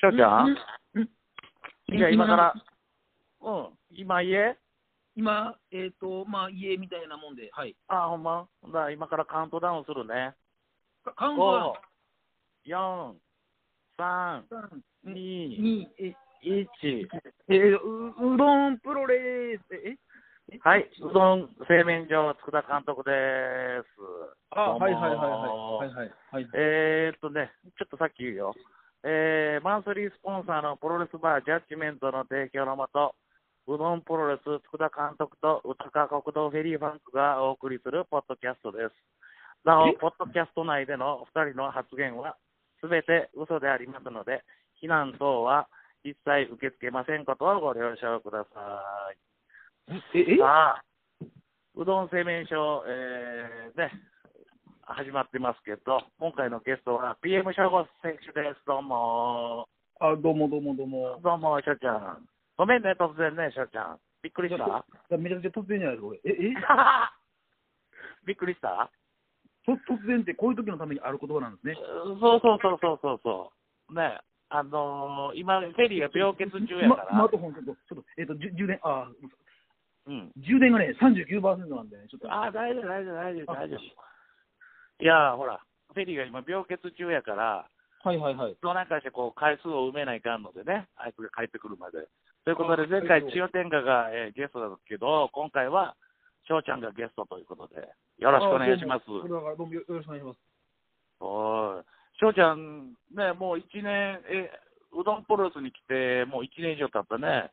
翔ちゃん、うんじゃあ今から、うん、今家今、えっ、と、まあ、家みたいなもんで、はい。あ、ほんま。ほんなら今からカウントダウンするね。カカウント5 4、は、3、2、3、2、え、 1。えーう、うどんプロレース、ええはい、うどん製麺所、佃監督です。あ、どうもはいはいはいはい。はいはいはい。えー、っとね、ちょっとさっき言うよ。えー、マンスリースポンサーのプロレスバージャッジメントの提供のもと、うどんプロレス、佃監督と歌川国道フェリーファンクがお送りするポッドキャストです。なおえ、ポッドキャスト内での2人の発言は、すべて嘘でありますので、非難等は一切受け付けませんことをご了承ください。え、えさあ、うどん製麺所、えー、ね、始まってますけど、今回のゲストは PM 省吾選手です。どうも。あ、どうもどうもどうも。どうも、しょちゃん。ごめんね、突然ね、しょちゃん。びっくりしいや ためちゃくちゃ突然じゃないですか、これ。え、えびっくりしたと突然ってこういう時のためにある言葉なんですね。そうそうそうそうそうそう。ね、あのー、今、フェリーが病欠中やから。ま、マートフォンちょっと、ちょっと、えっ、と、じゅ充電、あ、うん。充電がね、39%なんでね、ちょっと。あー、大丈夫、大丈夫、大丈夫、あ大丈夫。いやー、ほら、フェリーが今病欠中やから、はいはいはい。どうなんかしてこう回数を埋めないかんのでね、あいつが帰ってくるまで。ということで、前回、はい千代天下が、えーゲストだったけど、今回は翔ちゃんがゲストということで、よろしくお願いしますあ。どうもこれだからどうもよろしくお願いします。おーい翔ちゃん、ね、もう1年、えうどんプロレスに来て、もう1年以上経ったね。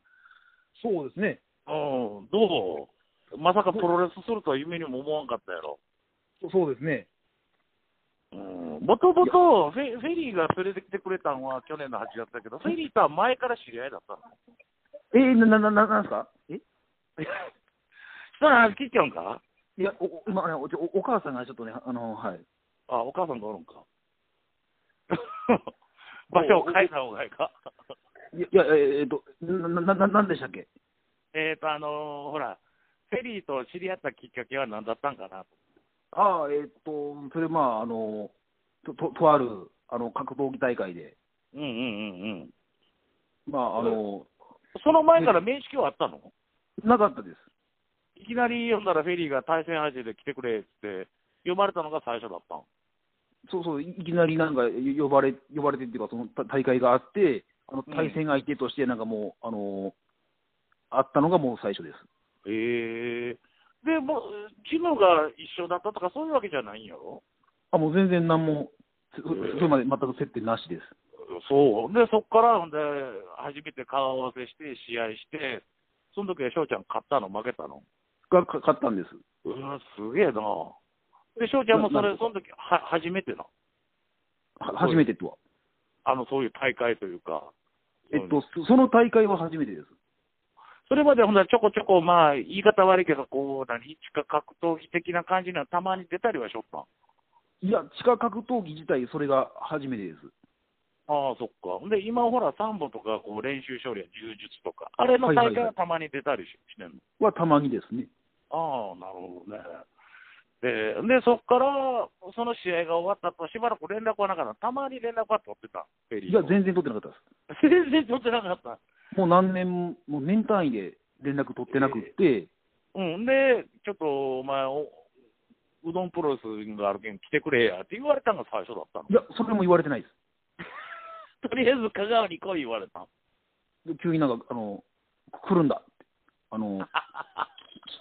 そうですね。うん、どうまさかプロレスするとは夢にも思わんかったやろ。そそうですね。うんもともとフェフェリーが連れてきてくれたのは去年の8月だけど、フェリーとは前から知り合いだったのえー、な、な、な、ななんですかえ 人の話聞いちゃうんかいや、おお今ねおちょお、お母さんがちょっとね、あの、はい。あ、お母さんがおるんか。 場所を変えた方がいいか。いや、いやえー、っと、な、な、な、なんでしたっけえっと、あのーほら、フェリーと知り合ったきっかけは何だったんかなと。ああ、えーっと、それ、まあ、あの、と、と、とある、あの、格闘技大会で、うんうんうんうん。まあ、あの、その前から面識はあったのなかったです。いきなり呼んだらフェリーが対戦相手で来てくれって、呼ばれたのが最初だったん。そうそう、いいきなりなんかよ呼ばれ、呼ばれてっていうか、そのた大会があって、あのうん対戦相手として、なんかもう、あのあったのがもう最初です。ええで、もう、チームが一緒だったとかそういうわけじゃないんやろあもう全然なんも、そそええそれまで全く接点なしです。そう。で、そっから、ほんで、初めて顔合わせして、試合して、その時は翔ちゃん勝ったの負けたのが、か勝ったんです。うわ、すげえな。で、翔ちゃんもそななれ、んその時は初めてな。はそうです初めてとは。あの、そういう大会というか。えっと、そその大会は初めてです。それまでほんならちょこちょこ、まあ、言い方悪いけど、こう、何、地下格闘技的な感じのたまに出たりはしょったん。いや、地下格闘技自体、それが初めてです。ああ、そっか。ほんで、今ほら、サンボとか、こう、練習勝利や柔術とか、あれのはいはい大はい会はたまに出たりししてんの。はたまにですね。ああ、なるほどね。で、でそこから、その試合が終わったと、しばらく連絡はなかった。たまに連絡は取ってた。フェリーいや、と全然取ってなかったで全然取ってなかった。す。もう何年も、もう年単位で連絡取ってなくって、うん、で、ちょっと、お前、おうどんプロレスがあるけん来てくれやって言われたのが最初だったの。いや、それも言われてないでとりあえず香川に来い言われた の。す。で急になんか、あの、来るんだって。あの、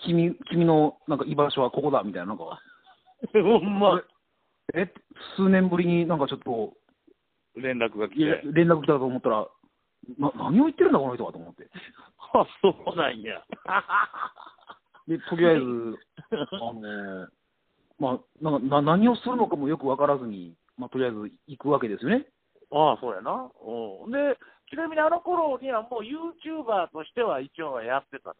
き君君のなんか居場所はここだみたいな、なんか、ほんま、え数年ぶりになんかちょっと連絡が来いやて。連絡来たと思ったら、な何を言ってるんだ、この人はと思って、あ、そうなんや。でとりあえず、あのまあ、なんかな何をするのかもよく分からずに、まあ、とりあえず行くわけですよね。 ああ、そうやな。うん。で、ちなみにあの頃にはもう YouTuber としては一応はやってた。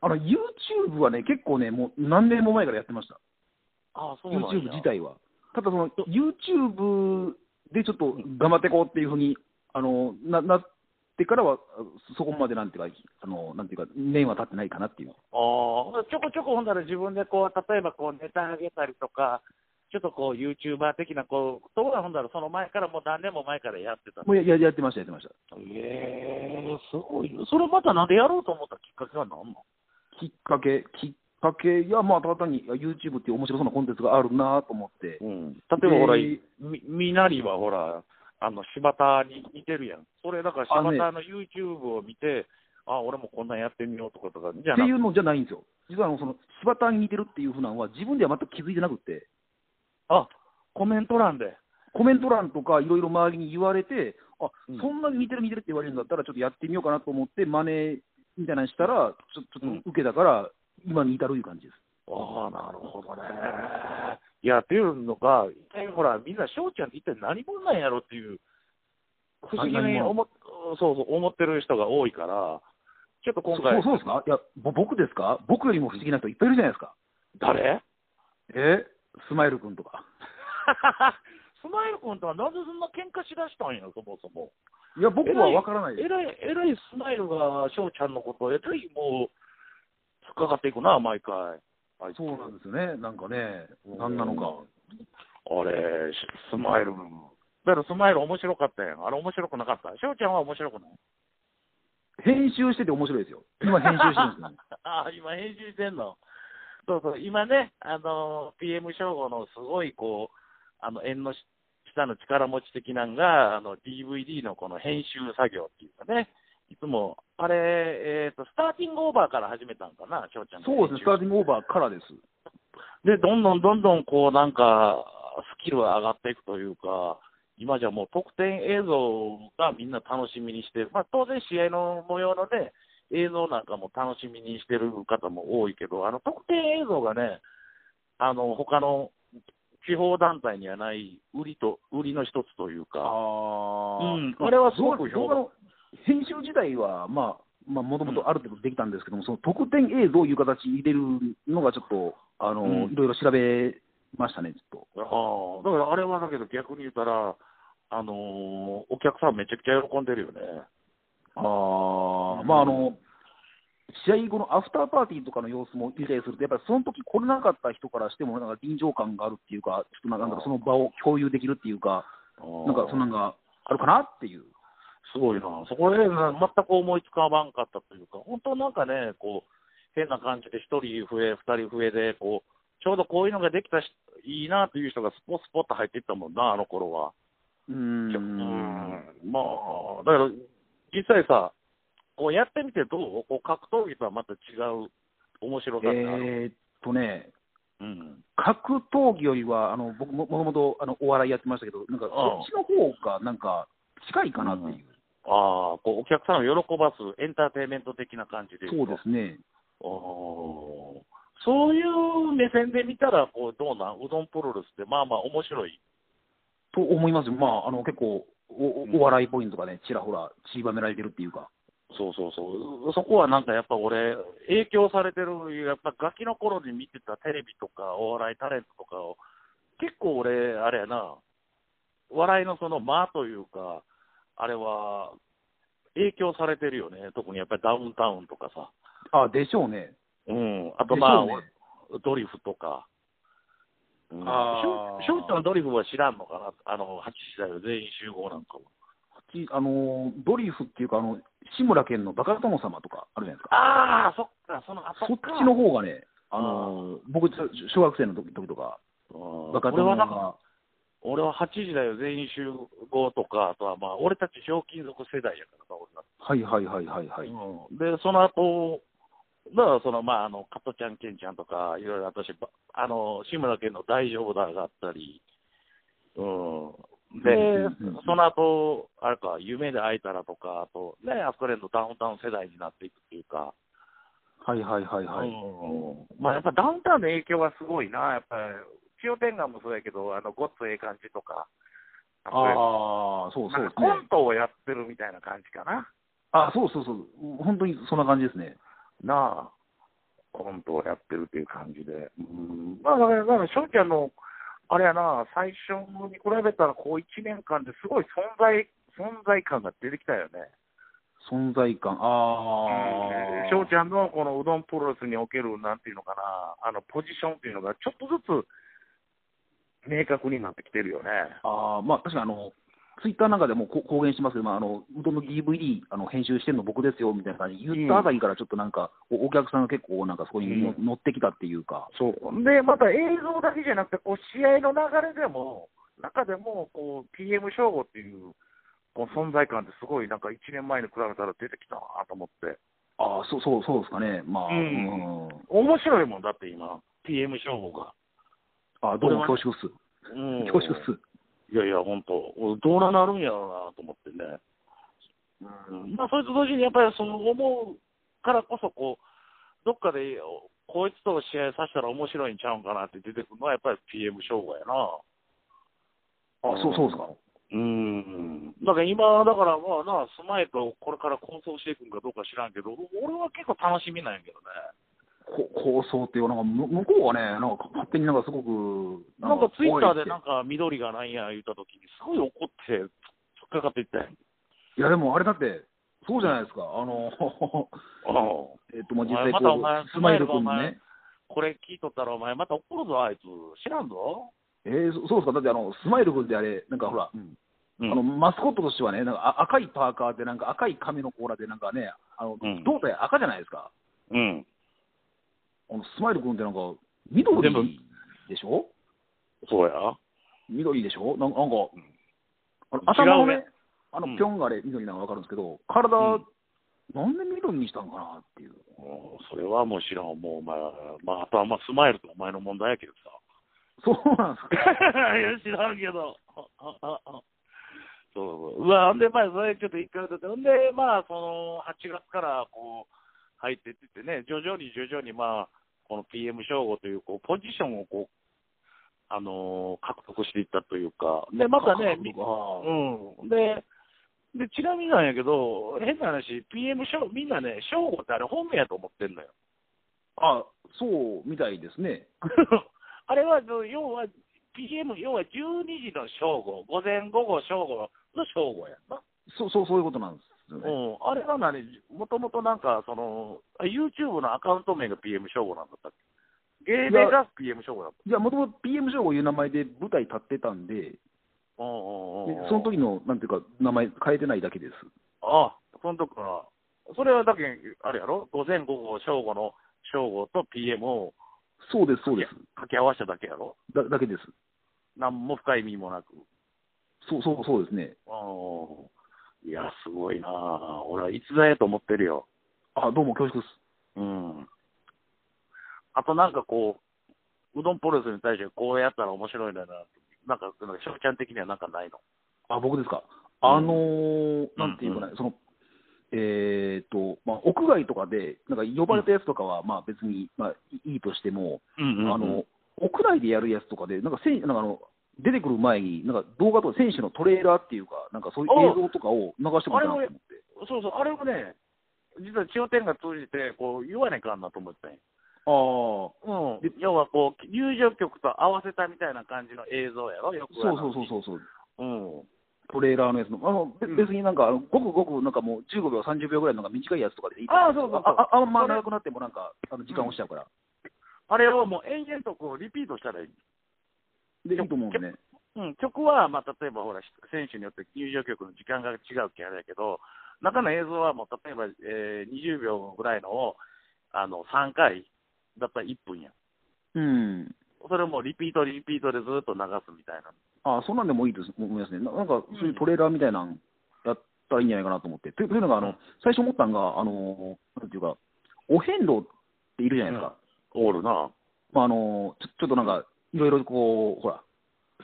あの YouTube はね、結構ね、もう何年も前からやってました、ああ、そうなんや。 YouTube 自体は。ただ、その YouTube でちょっと頑張っていこうっていうふうにあのななってからは、そこまでなんていうか、あのなんていうか、年は経ってないかなっていう。ああ、ちょこちょこほんなら自分でこう、例えばこうネタ上げたりとか、ちょっとこう、ユーチューバー的な、こう、ところがほんだら、その前から、もう何年も前からやってたもうやややってました、やってました。ええすごいよ。それまたなんでやろうと思ったきっかけは何なんきっかけ、きっかけ、いや、まあ、ただ単にいや YouTube っていう面白そうなコンテンツがあるなと思って、うん、例えばほら、えーみみなりはほら、あの柴田に似てるやん、それだからあね柴田の YouTube を見て、あ,、俺もこんなんやってみようとかとか、じゃっあてないうのじゃないんですよ、実はあのその柴田に似てるっていうふうなのは、自分では全く気づいてなくって、あコメント欄で、コメント欄とかいろいろ周りに言われて、あうんそんなに似てる似てるって言われるんだったら、ちょっとやってみようかなと思って、真似みたいなのしたら、ちょちょっと受けたから、今に至るいう感じです。ああ、なるほどね。いや、っていうのが、一体ほら、みんな翔ちゃんって一体何者なんやろっていう、不思議何に者思っそうそう思ってる人が多いから、ちょっと今回、そそうそうですかいや、ぼ僕ですか僕よりも不思議な人いっぱいいるじゃないですか。誰 えスマイル君とか。スマイル君とはなぜそんな喧嘩しだしたんや、そもそも。いや、僕は分からないですえ。らい、えらいスマイルが翔ちゃんのことを、えらいもう、突っかかっていくな、毎回。あいつそうなんですよね、なんかね、うんなんなのか。あれ、スマイル。だからスマイル面白かったやん。あれ面白くなかった。翔ちゃんは面白くない。編集してて面白いですよ。今編集してるんですね。 ああ、今編集してんの。そうそう、今ね、あのー、PM 称号のすごい、こう、あの、縁の下の力持ち的なんが、あの、DVD のこの編集作業っていうかね、いつも、あれ、えっ、と、スターティングオーバーから始めたんかな、翔ちゃんがそうですね、スターティングオーバーからです。で、どんどんどんどん、こう、なんか、スキルが上がっていくというか、今じゃもう得点映像がみんな楽しみにしてる。まあ当然試合の模様のね、映像なんかも楽しみにしてる方も多いけど、あの得点映像がね、あの、他の地方団体にはない売りと、売りの一つというか、あーうんこれはすごく評動価画の編集自体は、まあ、まあ、もともとある程度できたんですけども、その特典映像いう形入れるのがちょっと、あの、うんいろいろ調べましたね、ちょっああだからあれはだけど逆に言ったら、あのーお客さんめちゃくちゃ喜んでるよね。と。あまあ、あの、試合後のアフターパーティーとかの様子も見たりすると、やっぱりその時来れなかった人からしても、なんか臨場感があるっていうか、ちょっとなんあーかその場を共有できるっていうか、なんかそんなのがあるかなっていう。すごいな、そこでな全く思いつかばんかったというか、本当なんかね、こう変な感じで1人増え、2人増えでこう、ちょうどこういうのができたし、いいなという人がスポスポッと入っていったもんな、あの頃は。うー。うんまあ、だから実際さ、こうやってみてどうこう格闘技とはまた違う面白さってある。えーっとね、うん格闘技よりは、あの僕ももともとあのお笑いやってましたけど、なんかうんそっちの方がなんか近いかなっていう、ああ、こうお客さんを喜ばすエンターテインメント的な感じで言そうと。ですね、おーそういう目線で見たら、こうどうなん、うどんプロレスって、まあまあ面白い。と思いますよ、まあ、あの結構おおうんお笑いポイントがね、ちらほらちりばめられてるっていうか、そうそうそう。そこはなんかやっぱ俺、影響されてる、やっぱガキの頃に見てたテレビとか、お笑いタレントとかを、結構俺、あれやな、笑いのその間というか、あれは、影響されてるよね。特にやっぱりダウンタウンとかさ。あでしょうね、うん。あとまあ、でしょうねドリフとか。うん、シあョーショートのドリフは知らんのかな、あの8時台は全員集合なんかも。きあのドリフっていうか、あの志村けんのバカ殿様とかあるじゃないですか、ああ、そっか、そのあそっかちの方がね、あの僕、ちょ小学生の時時とか、うんバカ俺殿はなん様か、が、俺は8時台は全員集合とか、あとはまあ、俺たち、ひょうきん族世代やからさ、俺らはいはいはいはいはい、うんで、その後、だからその、まあ、あの、加トちゃん、ケンちゃんとか、いろいろ私、ばあの、志村けんの大丈夫だがあったり、うん。で、うんうんうんその後、あれか、夢で会えたらとか、あと、ね、アスカレンのダウンタウン世代になっていくっていうか、はいはいはいはい。うんまあ、やっぱダウンタウンの影響はすごいな、やっぱり、千代天眼もそうやけど、あの、ごっつええ感じとか、ああ、そうなそうでんかすね。コントをやってるみたいな感じかな。あそうそうそう、本当にそんな感じですね。なあ、コントをやってるっていう感じで。うん。まあ、だから、だから、翔ちゃんの、あれやな、最初に比べたら、こう1年間ですごい存在、存在感が出てきたよね。存在感、ああ、翔ちゃんのこのうどんプロレスにおける、なんていうのかな、あの、ポジションっていうのが、ちょっとずつ、明確になってきてるよね。あーまあ、確かにあの、ツイッターなんかでもこ公言してますけど、まあ、あのうどんの DVD あの編集してるの僕ですよみたいな感じで言ったあたりから、ちょっとなんか、おお客さんが結構、なんかそこにのうん乗ってきたっていうか、そう。で、また映像だけじゃなくて、こう、試合の流れでも、中でも、こう、PM 称号っていう、こう、存在感ってすごい、なんか1年前に比べたら出てきたなと思って。ああ、そうそうそうですかね、まあ、ううんん、面白いもんだって今、PM 称号が。あーどうも恐縮っす、うん恐縮っす。 いやいや、本当、俺どうななるんやろうなと思ってね。うん、まあ、それと同時に、やっぱりその思うからこそ、こう、どっかで、こいつと試合させたら面白いんちゃうんかなって出てくるのは、やっぱり PM 称号やな。あそうそうですか。うん。だから今、だからまあな、スマイとこれから構想していくんかどうか知らんけど、俺は結構楽しみなんやけどね。こ構想っていうなんかむ向こうはね、なんか勝手になんかすごく、なんかツイッターでなんかか緑がないや言った時に、すごい怒って、突っかかっていったやん。怖いっていや、でもあれだって、そうじゃないですか、あの うんえっと、まあ、実際こお前またお前う、スマイル君にスマイルがお前ね。これ聞いとったらお前また怒るぞ、あいつ。知らんぞ。えー、そそうですか、だってあのスマイル君ってあれ、なんかほら、うあのマスコットとしてはね、なんかあ赤いパーカーで、なんか赤い髪の甲羅で、なんかね、あのうん胴体赤じゃないですか、うん。あのスマイル君ってなんか、緑全部でしょ、そうや。緑でしょ、なんか、なんかあの違う頭のね、ねあうんのぴょんがあれ、緑なの分かるんですけど、体、うんなんで緑にしたんかなっていう、もうそれはもう知らん。もうお前、まあ、あとはまあスマイルとお前の問題やけどさ。そうなんですか、 いや、知らんけど。そうそうそう。うわ、ほんで、まあ、それちょっと一回だって、ほんで、まあ、その、8月から、こう、入ってってってね、徐々に徐々に、まあ、この PM 称号という、こう、ポジションを、こう、あのー獲得していったというか、で、またね、みあーうん。で、で、ちなみになんやけど、変な話、PM 称、みんなね、称号ってあれ本名やと思ってんのよ。あそうみたいですね、あれは、要は、PM、要は12時の正午、午前、午後、正午の正午やんな。そうそうそういうことなんですよね。うん、あれは何、もともとなんか、その、あ YouTube のアカウント名が PM 正午なんだったっけ芸名が PM 正午だった。いや、もともと PM 称号いう名前で舞台立ってたんで、うんうんでうんうん。その時のなんていうか、名前変えてないだけです。ああ、その時から。それはだけ、あれやろ午前、午後、正午の正午と PM をそうです、そうです。掛け合わせただけやろだだけです。なんも深い意味もなく。そうそうそうですね。うん。いや、すごいなあ俺は逸材やと思ってるよ。あ、どうも恐縮です。うん。あとなんかこう、うどんプロレスに対してこうやったら面白いのよな、なんか、なんか、しょちゃん的にはなんかないの。あ、僕ですか。あのーうんなんていうかね、その、えーっと、まあ、屋外とかで、なんか呼ばれたやつとかは、まあ別に、まあいいとしても、うんあの、屋内でやるやつとかで、なんかせん、なんかあの、出てくる前に、なんか動画とか選手のトレーラーっていうか、なんかそういう映像とかを流してもらったなと思って。そうそう、あれもね、実は千代天が通じて、こう、言わねえかんなと思ってたんよああ。うん。要はこう、入場曲と合わせたみたいな感じの映像やろ、よくそうそうそうう。そうそう。うん。トレーラーのやつの、あのべうん別になんか、あのごくごくなんかもう15秒、30秒ぐらいのなんか短いやつとかでいいとあ思あ、そうそうそう。あああんまそれ長くなってもなんか、あの時間押しちゃうから、あれをもう延々とこう、リピートしたらいい。で、いいと思うんでね、うん、曲は、まあ、例えばほら、選手によって入場曲の時間が違うけあれやけど、中の映像はもう、例えば、えー20秒ぐらいのを、あの、3回だったら1分や。うん、それをもうリピート、リピートでずっと流すみたいな。ああ、そんなんでもいいです思いますね、ななんかそういうトレーラーみたいなんやったらいいんじゃないかなと思って、というというのがあの、最初思ったのが、あのなんていうか、お遍路っているじゃないですか、おるな。まあ、あのちょちょっとなんか、いろいろこう、ほら、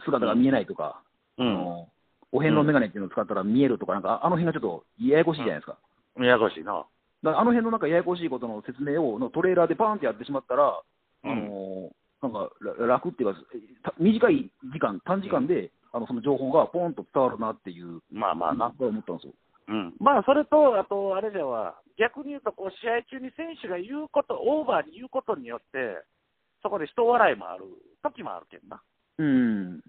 姿が見えないとか、うあん。のお遍路メガネっていうのを使ったら見えるとか、なんか、あの辺がちょっとややこしいじゃないですか。ややこしいな。だからあの辺のなんかややこしいことの説明をのトレーラーでバーンってやってしまったら、うんあのーなんから楽っていうか、えた短い時間、短時間で、あのその情報がポンと伝わるなっていう、まあまあな。僕は思ったんですよ。うん。まあ、それと、あと、あれでは、逆に言うと、こう、試合中に選手が言うこと、オーバーに言うことによって、そこで人笑いもある時もあるけんな。ううん、ん、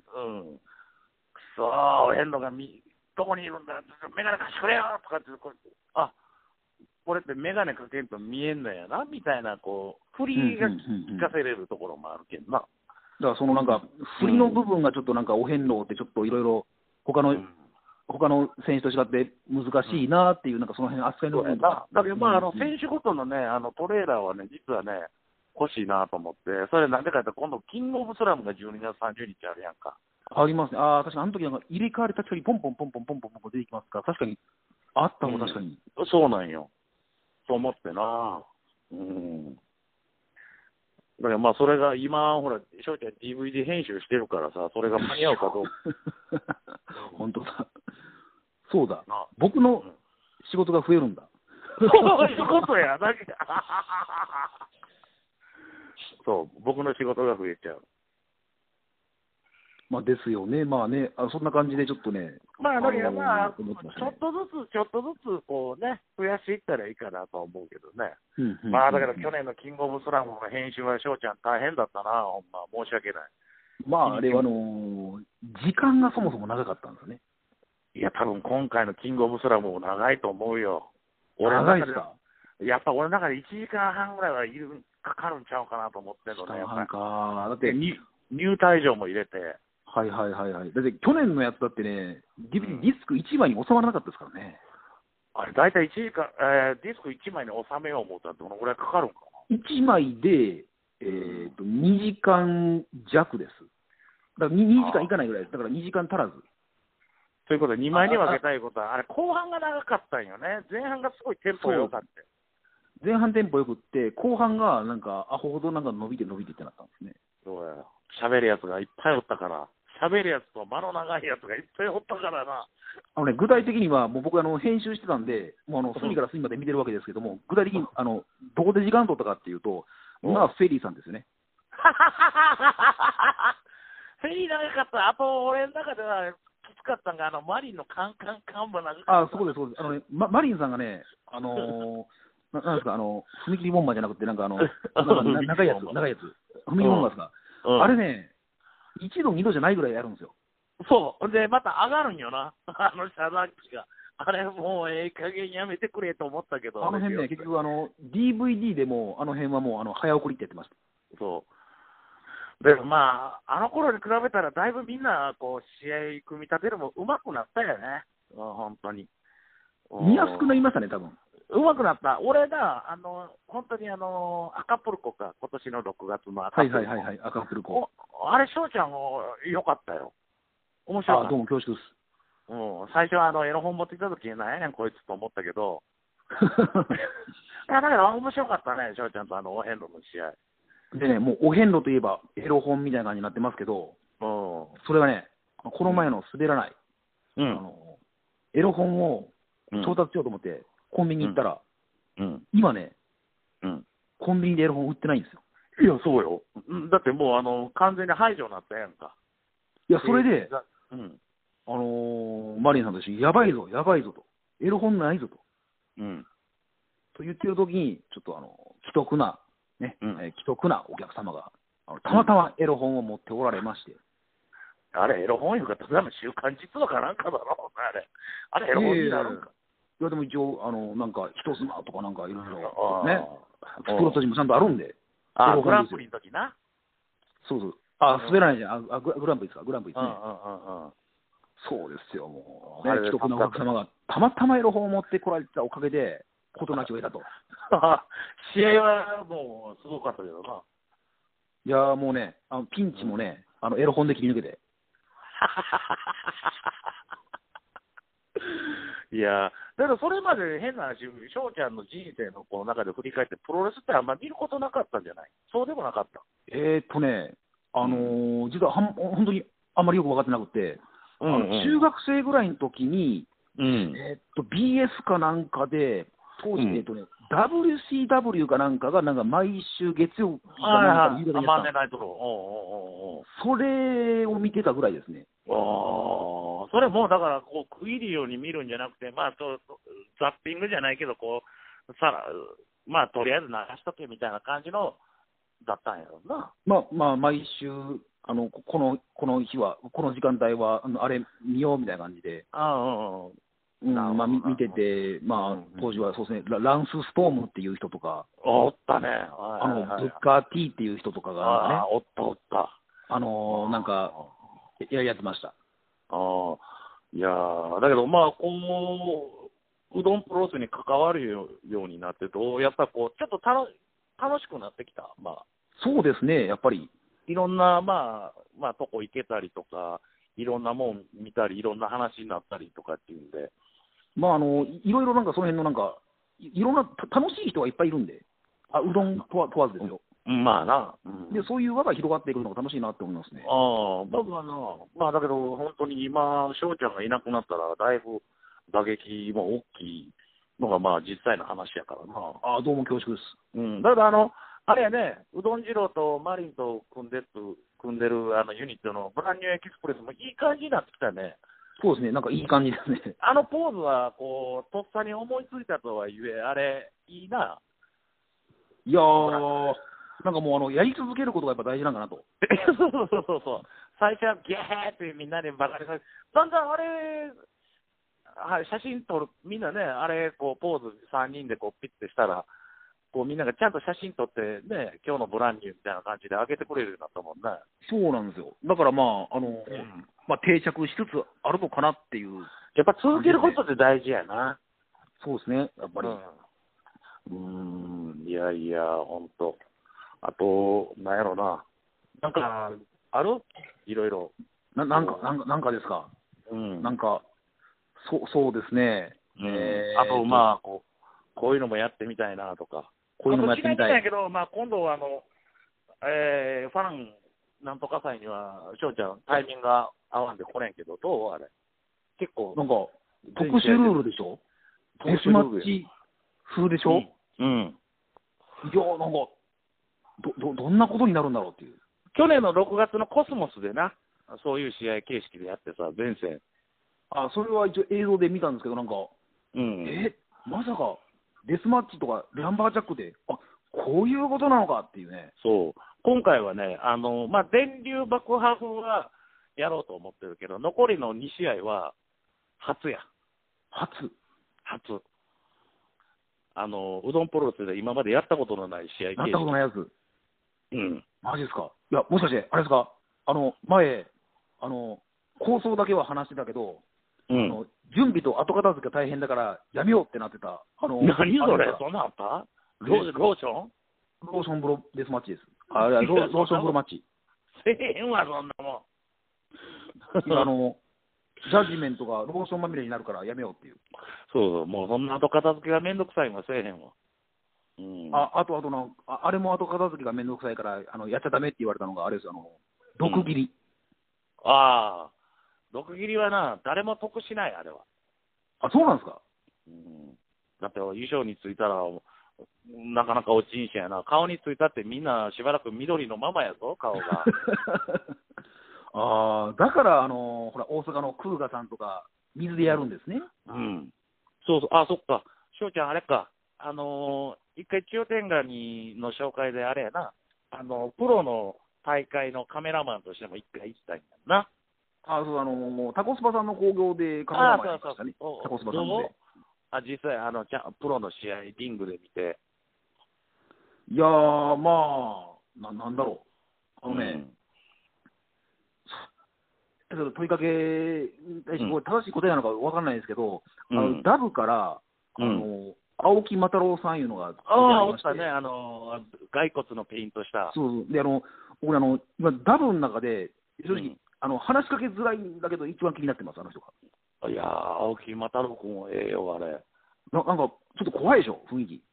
くそー、遠藤がみどこにいるんだ、メガネ貸してくれよとかってこう、あこれってメガネかけんと見えんのやなみたいな、こう、振りがうん聞うんうんうんかせれるところもあるけんな。からそのなんか、振りの部分がちょっとなんかお遍路って、ちょっといろいろ、他の、他の選手と違って難しいなっていう、なんかその辺扱いのそう部や分なが。。だけど、まあ、あの、うん選手ごとのね、あの、トレーラーはね、実はね、欲しいなと思って、それなんでかって、今度、キングオブスラムが12月30日あるやんか。ありますね。ああ、確かにあの時なんか入れ替わり確かにポンポンポンポンポンポンポン出てきますから、確かに、あったもん確かに。そうなんよ。と思ってな。うん。だからまあ、それが今、ほら、翔ちゃん DVD 編集してるからさ、それが間に合うかどうか 本当だ。そうだ。な。僕の仕事が増えるんだ。そういうことや、だけそう、僕の仕事が増えちゃう。 まあですよね。まあね、あそんな感じでちょっとね。まあ、だけあどのーまあ、ち思ってましたょねっとずつ、ちょっとずつ、こうね、増やしていったらいいかなとは思うけどね。うんうんまあ、だから去。年のキングオブスラムの編集は翔ちゃん大変だったな、ほんま、申し訳ない。まああれはあのー時間がそもそも長かったんですね。いや、多分今回のキングオブスラムも長いと思うよ。俺の長い中でですかやっぱ俺の中で1時間半ぐらいはいるかかるんちゃうかなと思ってんの時ね、や間っぱ半か。だっり。でて、入入退場も入れて。はいはいはいはい。だって去年のやつだってね、ディうんディスク1枚に収まらなかったですからね。あれ、大体1時間、えーディスク1枚に収めよう思ったらどのぐらいかかるんか1枚で、えー、と2時間弱です。だから 2, 時間いかないぐらいです。だから2時間足らず。な。ということで、2枚に分けたいことは、あれ、後半が長かったんよね。前半がすごいテンポ良かった。前半テンポよくって、後半がなんか、アホほどなんか伸びて伸びてってなったんですね。そうや。喋るやつがいっぱいおったから。喋るやつと間の長いやつがいっぱいおったからな。 あのね、具体的には、もう僕あの、編集してたんで、もうあの隅から隅まで見てるわけですけども、具体的にあのどこで時間取ったかっていうと、うんまあ、フェリーさんですよね。フェリー長かった。あと、俺の中では、きつかったんが、あの、マリンのカンカンカンも長かった。あそうです、そうです。あのね、ま、マリンさんがね、あのー、ななんですか、あの、踏切ボンバーじゃなくて、なんかあ の、なんかな長いやつ、長いやつ、踏切ボンバーですか。うんあれね、一度、二度じゃないぐらいやるんですよ。そう。ほんで、また上がるんよな。 あの遮断機が。あれ、もうええ加減やめてくれと思ったけど。あの辺ね、結局あの、DVD でも、あの辺はもうあの早送りってやってましそう。で、まあ、あの頃に比べたら、だいぶみんな、こう、試合組み立てるもうまくなったよね。うん本当に。た。見やすくなりましたね、多分うまくなった。俺な、あの、本当にあの、アカプルコか、今年の6月のアカはプいルコ。はいはいはい、赤プルコ。おあれ、翔ちゃんも良かったよ。面白あかっどうも恐縮た。うん、最初はあの、エロ本持ってきた時に、なんやねん、こいつと思ったけど、です。いや、だから面白かったね、翔ちゃんとあの、お遍路の試合。 でね、もうお遍路といえばエロ本みたいな感じになってますけど、うそれがね、この前の滑らない、ん。うあのエロ本をん調達しようと思って、コンビニ行ったら、うん。今ね、うん。コンビニでエロ本売ってないんですよ。いや、そうよ。だってもう、あの、完全に排除になったやんか。いや、それで、うん。あのーマリンさんと一緒に、やばいぞ、やばいぞと、エロ本ないぞと。うん。と言ってる時に、ちょっとあの、既得な、ね、うんえー既得なお客様が、あのたまたまエロ本を持っておられまして、あれ、エロ本いうか、ただの週刊実話かなんかだろ、あれ。あれ、エロ本になるんか。いや、でも一応、あの、なんか、人妻とかなんかいろいろ、ね、あー袋とじもちゃんとあるんで、あエーログラ本ンですよプリの時な。そうそう、あ、滑らないじゃん、あ、あグラグランプリですか、グランプリでうすんうねん。うんうん。そうですよ、もう、あねれ、既得なお客様が、たまたまエロ本を持ってこられてたおかげで、事なきを得たと。 試合はもう、すごかったけどな。いやーもうね、あのピンチもね、あのエロ本で切り抜けて、 いやだからそれまで変な話、翔ちゃんの人生のこの中で振り返って、プロレスってあんま見ることなかったんじゃないそうでもなかった。えーっとね、あのー実ははん本当にあんまりよく分かってなくて、あの中学生ぐらいの時に、うんえーっと BS かなんかで、当時、うんえーっとね、WCW かなんかがなんか毎週月曜日かはいなんはかい夕方にやマっンてデたーナイトローおそれを見てたぐらいですね。うおうおうおうあーそれもうだからこう、食い入るように見るんじゃなくて、まあ、そうザッピングじゃないけどこうさら、まあ、とりあえず流しとけみたいな感じのだったんやろうな。まあ、まあ、毎週あのここの、この日は、この時間帯は、あのあれ見ようみたいな感じで、うんうんうんうんなるほどまあ、みなるほど見てて、うまんうあ、ん当時はそうですね、ラランス・ストームっていう人とか、おったね。あのブはいはいはいッカー・ティーっていう人とかが、あなんかあ、おったおった。あのーなんか、ややってました。ああ、いやーだけど、まあ、こう、うどんプロレスに関わるよようになってどうやっぱりこう、ちょっと楽楽しくなってきた、まあ、そうですね、やっぱり。いろんな、まあ、まあ、とこ行けたりとか、いろんなもん見たり、いろんな話になったりとかっていうんで、まあ、あの、いいろいろなんかその辺のなんか、いいろんなた楽しい人がいっぱいいるんで、あうどん問わ問わずですよ。まあな、うんで、そういう輪が広がっていくのが楽しいなって思いますね。ああ、僕はな、まあだけど、本当に今、翔ちゃんがいなくなったら、だいぶ打撃も大きいのが、まあ実際の話やからな。ああ、どうも恐縮です。うん、だからあの、あれやね、うどん二郎とマリンと組んでる、組んでるあのユニットのブランニューエキスプレスもいい感じになってきたね。そうですね、なんかいい感じですね。あのポーズは、こう、とっさに思いついたとはいえ、あれ、いいな。いやー、なんかもうあの、やり続けることがやっぱ大事なんかなと。そうそうそうそうそう。最初はギャーってみんなでバカにされて、だんだんあれ、はい、写真撮る、みんなね、あれ、こう、ポーズ3人でこうピッてしたら、こうみんながちゃんと写真撮ってね、今日のブランニューみたいな感じで上げてくれるようになったもんね。そうなんですよ。だからまあ、あの、んまあ定着しつつあるのかなっていう。やっぱ続けることって大事やな。そうですね、やっぱり。うん、うーんいやいや、ほんと。あと、なんやろな。なんか、あるいろいろ。ななんか、なんか、なんかですか。うんなんか、そう、そうですね。うんあと、まあこう、こういうのもやってみたいなとか、こういうのもやってみたいあと違やけど、まあ、今度はあの、えーファンなんとか祭には、翔ちゃん、タイミングが合わんでこれんけど、どうあれ、結構、なんか、特殊ルールでしょ特殊ルールデスマッチ風でしょ、いうん、やー、なんか、ど、ど、どんなことになるんだろうっていう。去年の6月のコスモスでな、そういう試合形式でやってさ、前線、あ、それは一応映像で見たんですけど、なんか、うん、え、まさか、デスマッチとか、ランバージャックで、あ、こういうことなのかっていうね。そう、今回はね、あのまあ、電流爆破風はやろうと思ってるけど、残りの2試合は初や。初。初。あの、うどんプロレスで今までやったことのない試合なったことないやつ。うん。マジですか。いや、もしかして、あれですか、あの、前、あの、構想だけは話してたけど、うあの準備と後片付け大変だから、やめようってなってた、あの、ん。何そあれですかそんなんあったローローションローションブロデスマッチです。あれはローローションブロマッチ。せえへんわ、そんなもん。あの、ジャッジメントがローションまみれになるからやめようっていう。そうそう、もうそんな後片付けがめんどくさいもんせえへんわ。うん。ああと、あとのあ、あれも後片付けがめんどくさいから、あの、やっちゃダメって言われたのが、あれですよ、あの、毒斬り。ああ。毒斬りはな、誰も得しない、あれは。あ、そうなんですかうん。だって、優勝についたら、なかなか落ちんしやな。顔についたってみんなしばらく緑のままやぞ、顔 が。ああ、だから、あの、ほら、大阪の空ガさんとか、水でやるんですね。うん。そうそう、あ、そっか。翔ちゃん、あれか。あのー一回、千代天下にの紹介であれやな。あの、プロの大会のカメラマンとしても一回行きたいんだな。あそう、あの、タコスパさんの興行でカメラマンやりましたね。タコスパさんどうで。あ、実際、あの、ちゃんプロの試合、リングで見て。いやー、まあ、ななんだろう。あのね、だけど問いかけに対して、うんこれ正しい答えなのかわかんないですけど、あうんのダブから、うんあの青木又郎さんいうのがああ、おまっしてたね。あのー、骸骨のペイントした。そうそうであの僕あの、今、ダブの中で、正直、うんあの、話しかけづらいんだけど、一番気になってます、あの人が。いやー、青木又郎君もええよ、あれ。ななんか、ちょっと怖いでしょ、雰囲気。い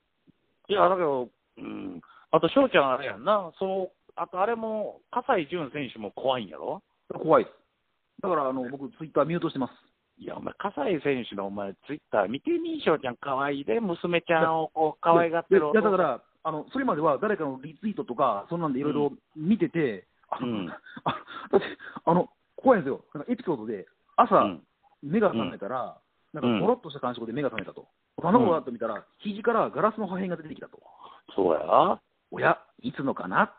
や、だけど、うん。あと、翔ちゃんあれやんな。そう、あとあれも、葛西潤選手も怖いんやろ怖いです。だから、あの僕、ツイッターミュートしてます。いや、お前、葛西選手のお前、ツイッター見てみ、翔ちゃん、可愛いで、娘ちゃんをこう可愛がってるいや、いやだから、あのそれまでは誰かのリツイートとか、そんなんでいろいろ見てて、 あのうんあだって、あの、怖いんですよ。なんかエピソードで、朝、うん目が覚めたら、んなんかゴロッとした感触で目が覚めたと。なんだこれだと見たら、肘からガラスの破片が出てきたと。そうや。おや、いつのかな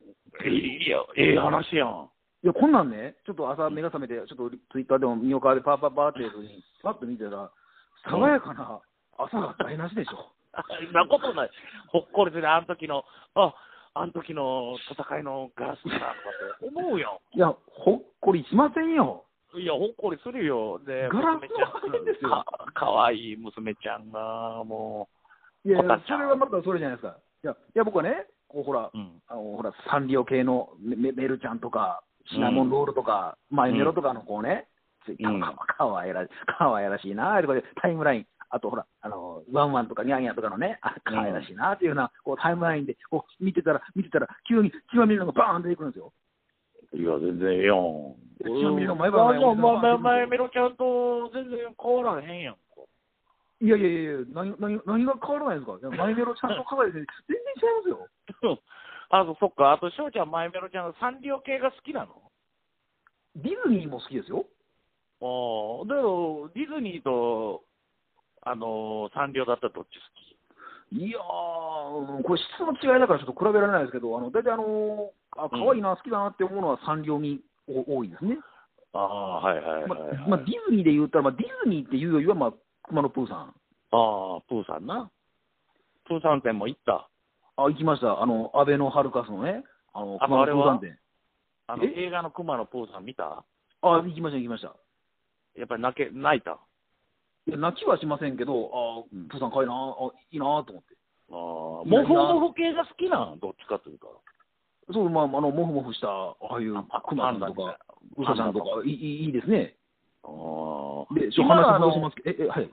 いいや、ええ話やん。いや、こんなんね、ちょっと朝目が覚めて、ちょっとツイッターでも見ようかで、パーパーパーってやつに、パッと見てたら、爽やかな朝が台無しでしょ。 あんなことない。ほっこりする、あの時の、あ、あの時の戦いのガラスだなとかって思うよ。いや、ほっこりしませんよ。いや、ほっこりするよ。で、ガラス娘ちゃんの破片ですよかかわいい娘ちゃんが、もいやいやわかっ、そちゃうれはまたそれじゃないですか。いや、いや僕はね、こうほらう、、うん。あのほらサンリオ系のメメメルちゃんとか、シナモンロールとか、マイメロとかのこうね、ツイッターのうんかかわいらかわいらしいなとかで、タイムライン、あとほら、あのワンワンとかニャンニャンとかのね、あかわいらしいなっていうような、こうタイムラインでこう見てたら、見てたら、急に血まみれのがバーン出てくるんですよ。いや、全然よ。いやちなみに前まあ原まあまあまあ、前原前メロちゃんと全然変わらへんやんか。 いやいやいやいや、何何何が変わらないんですか、いやマイメロちゃんとかわいで、全然違いますよ。あと、そっか。あと、翔ちゃん、前メロちゃんのサンリオ系が好きなのディズニーも好きですよ。ああ、だよ、ディズニーと、あのーサンリオだったらどっちいやー、うんこれ質の違いだからちょっと比べられないですけど、あの大体あのー、あ可愛いな、好きだなって思うのはサンリオにお多いですね。好きああ、はいはいままあ、ディズニーで言ったら、まあ、ディズニーっていうよりは、まあ、熊野プーさん。ああ、プーさんな。プーさん店も行った。あ、行きました。あの、安倍のハルカスのね、あの、あ熊野プーさんあ店。あの、え映画の熊のプーさん見たあ行きました、行きました。やっぱり泣け、泣いた。あいや泣きはしませんけど、あうんプーさん可愛いな、あいいなと思って。あ、モいフやいやモフ系が好きなのどっちかというか。そう、まあ、あの、もふもふした、ああいうあ熊さんとか、ウサちゃんとかあ、いいいいですね。ああ。で、ちょ今話あ戻しのま、すけど、え、え、はい。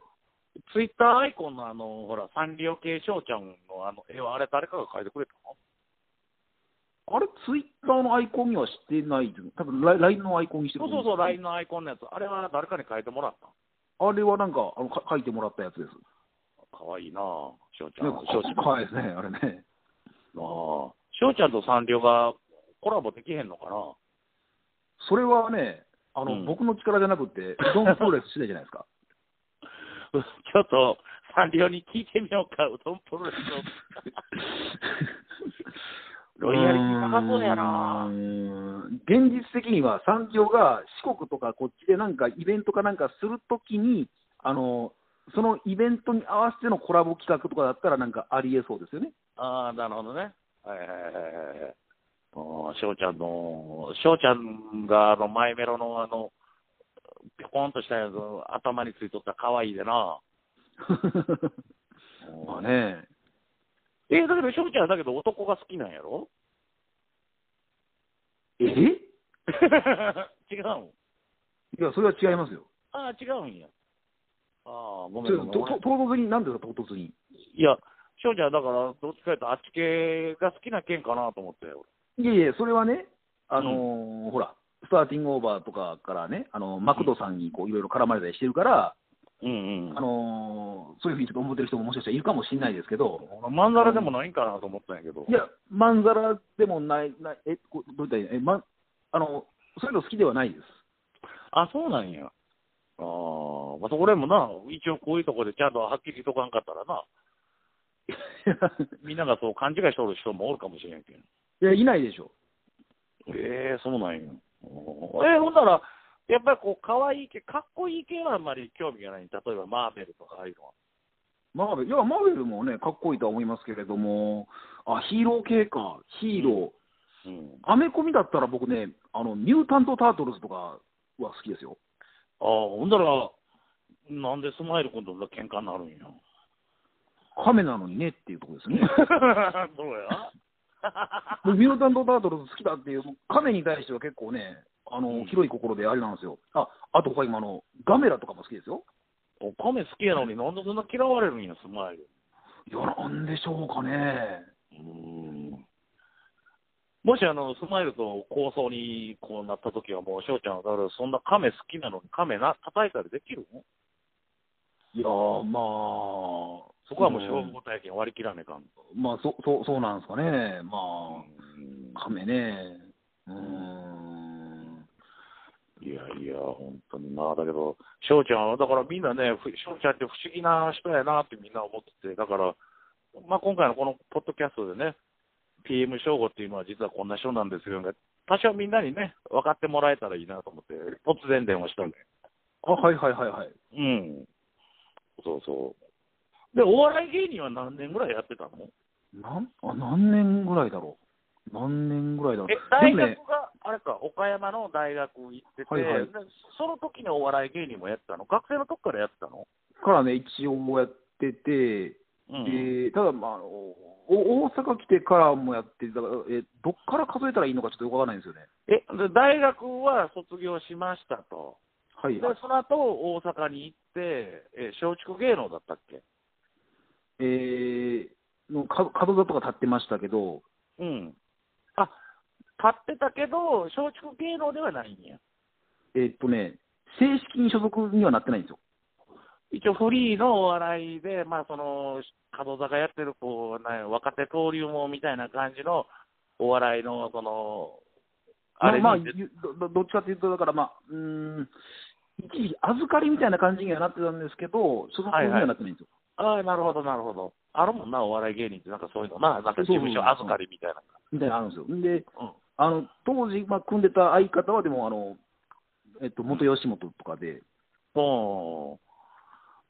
ツイッターアイコンのあの、ほら、サンリオ系翔ちゃんのあの絵は、あれ誰かが描いてくれたのあれ、ツイッターのアイコンにはしてないです、多分ラ LINE のアイコンにしてそるうとそう思そう、で LINE すのアイコンのやつ。あれは誰かに描いてもらったあれはなんかあのか、書いてもらったやつです。かわいいなぁ、翔ちゃん。ね、翔ちゃん。かわいいですね、あれね。ああ。翔ちゃんとサンリオがコラボできへんのかな それはね、あの、うん僕の力じゃなくて、うどんプロレス次第じゃないですか。ちょっと、サンリオに聞いてみようか、うどんプロレスの。 ロイヤリティ高そうやなうーん現実的には産業が四国とかこっちでなんかイベントかなんかするときにあの、そのイベントに合わせてのコラボ企画とかだったら、なんかありえそうですよ ね。 ああ、なるほどね。はいはいはいはいはい。ああ、翔ちゃんの、翔ちゃんがあの、マイメロのあの、ぴょこんとしたやつ、頭についとったら可愛いでなまあ。ね。えだけど翔ちゃんはだけど男が好きなんやろ えい違うのや、それは違いますよ。ああ、違うんや。ああ、ごめちんごょっめんと。と唐突に、なんですか、唐突に。いや、翔ちゃん、だから、どっちかというと、あっち系が好きな県かなと思って、俺いやいや、それはね、あのーほら、スターティングオーバーとかからね、あのマクドさんにこういろいろ絡まれたりしてるから、うんあのーそういうふうにちょっと思ってる人ももしかしたらいるかもしれないですけど、まんざらでもないんかなと思ったんやけど。いや、まんざらでもない、ないえこうどういったらいいのえ、ま、あのそういうの好きではない です。あ、そうなんや。ああ、また俺もな、一応こういうとこでちゃんとはっきり言っとかんかったらな、みんながそう勘違いしとる人もおるかもしれんけん。いや、いないでしょ。ええそうなんや。おーえーほんなら、やっぱりこう、可愛い系、かっこいい系はあんまり興味がない。例えば、マーベルとかああいうのは。マーベル、いや、マーベルもね、かっこいいとは思いますけれども、あ、ヒーロー系か、ヒーロうんー、アメコミだったら僕ね、あの、ミュータント・タートルズとかは好きですよ。ああ、ほんだら、なんでスマイル君と喧嘩になるんや。カメなのにねっていうところですどうね。 や僕ミュータント・タートルズ好きだっていう、カメに対しては結構ね、あの、うん広い心であれなんですよ。あ、あと他今あの、ガメラとかも好きですよ。 おカメ好きやのになんでそんな嫌われるんや、スマイル。いや、なんでしょうかね。うん。もしあの、スマイルと抗争にこうなった時はもう、翔ちゃんはだからそんなカメ好きなのにカメな、叩いたりできるのいやー、まあ、そこはもう勝勝負体験割り切らねえかん。まあ、そ、そう、そうなんですかね。まうんあ、カメね。うーん。いやいや、本当にな、だけど、翔ちゃんは、だからみんなね、ふ翔ちゃんって不思議な人やなってみんな思ってて、だから、まあ、今回のこのポッドキャストでね、PM 翔吾っていうのは実はこんな人なんですよね、多少みんなにね、分かってもらえたらいいなと思って、突然電話したんで、あ、はいはいはいはい。うん、そうそう。で、お笑い芸人は何年ぐらいやってたのなん、あ、何年ぐらいだろ何年ぐらいだろうえ、で大も学ね、が、あれか、岡山の大学行ってて、はいはいでその時にお笑い芸人もやってたの学生の時からやってたのからね、一応やってて、うん。でただ、まああのお、大阪来てからもやって、だからえどっから数えたらいいのかちょっとよくわからないんですよね。え、で大学は卒業しましたと。はいではい、その後、大阪に行って、え、松竹芸能だったっけえー、のか角座とか立ってましたけど、うん。あ、立ってたけど、松竹芸能ではないんや。えーっとね、正式に所属にはなってないんですよ。一応フリーのお笑いで、まあその、門坂やってる、こう、なんや若手登竜門みたいな感じのお笑いの、その、あれにまあ、まあゆどどどっちかというと、だから、まあ、うーん、一時、預かりみたいな感じにはなってたんですけど、所属にはなってないんですよ。ああ、なるほど、なるほど。あるもんな、お笑い芸人って、なんかそういうのな、なんか事務所預かりみたいな。みたいなのあるんですよ。で、うん。あの当時、まあ、組んでた相方は、でも、あのえっと、元吉本とかで、うん。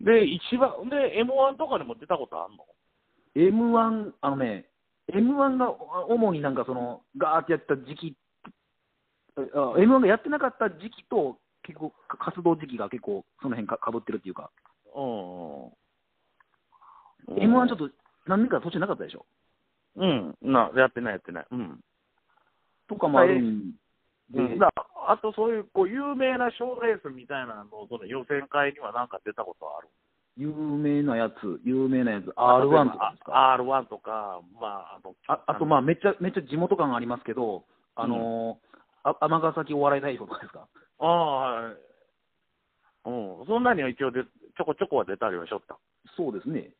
で、一番、で、M1 とかにも出たことあんの m 1あのね、m 1があ主になんかその、ガーってやってた時期、m 1がやってなかった時期と、結構、か活動時期が結構、その辺かかぶってるっていうか、うん。 m 1ちょっと。と何年か途中なかったでしょ。うん。な、やってない、やってない。うん。とかもあるんで、うん、だあとそういうこう有名な賞レースみたいなのその予選会にはなんか出たことはある有名なやつ、有名なやつ、R1 とかですか。あ R1 とか、まあ、あのああと、まあ、めっちゃ、めっちゃ地元感ありますけど、あのーあ尼崎お笑い代表とかですか。ああ、はい。うん、そんなには一応で、ちょこちょこは出たりはしょった。そうですね。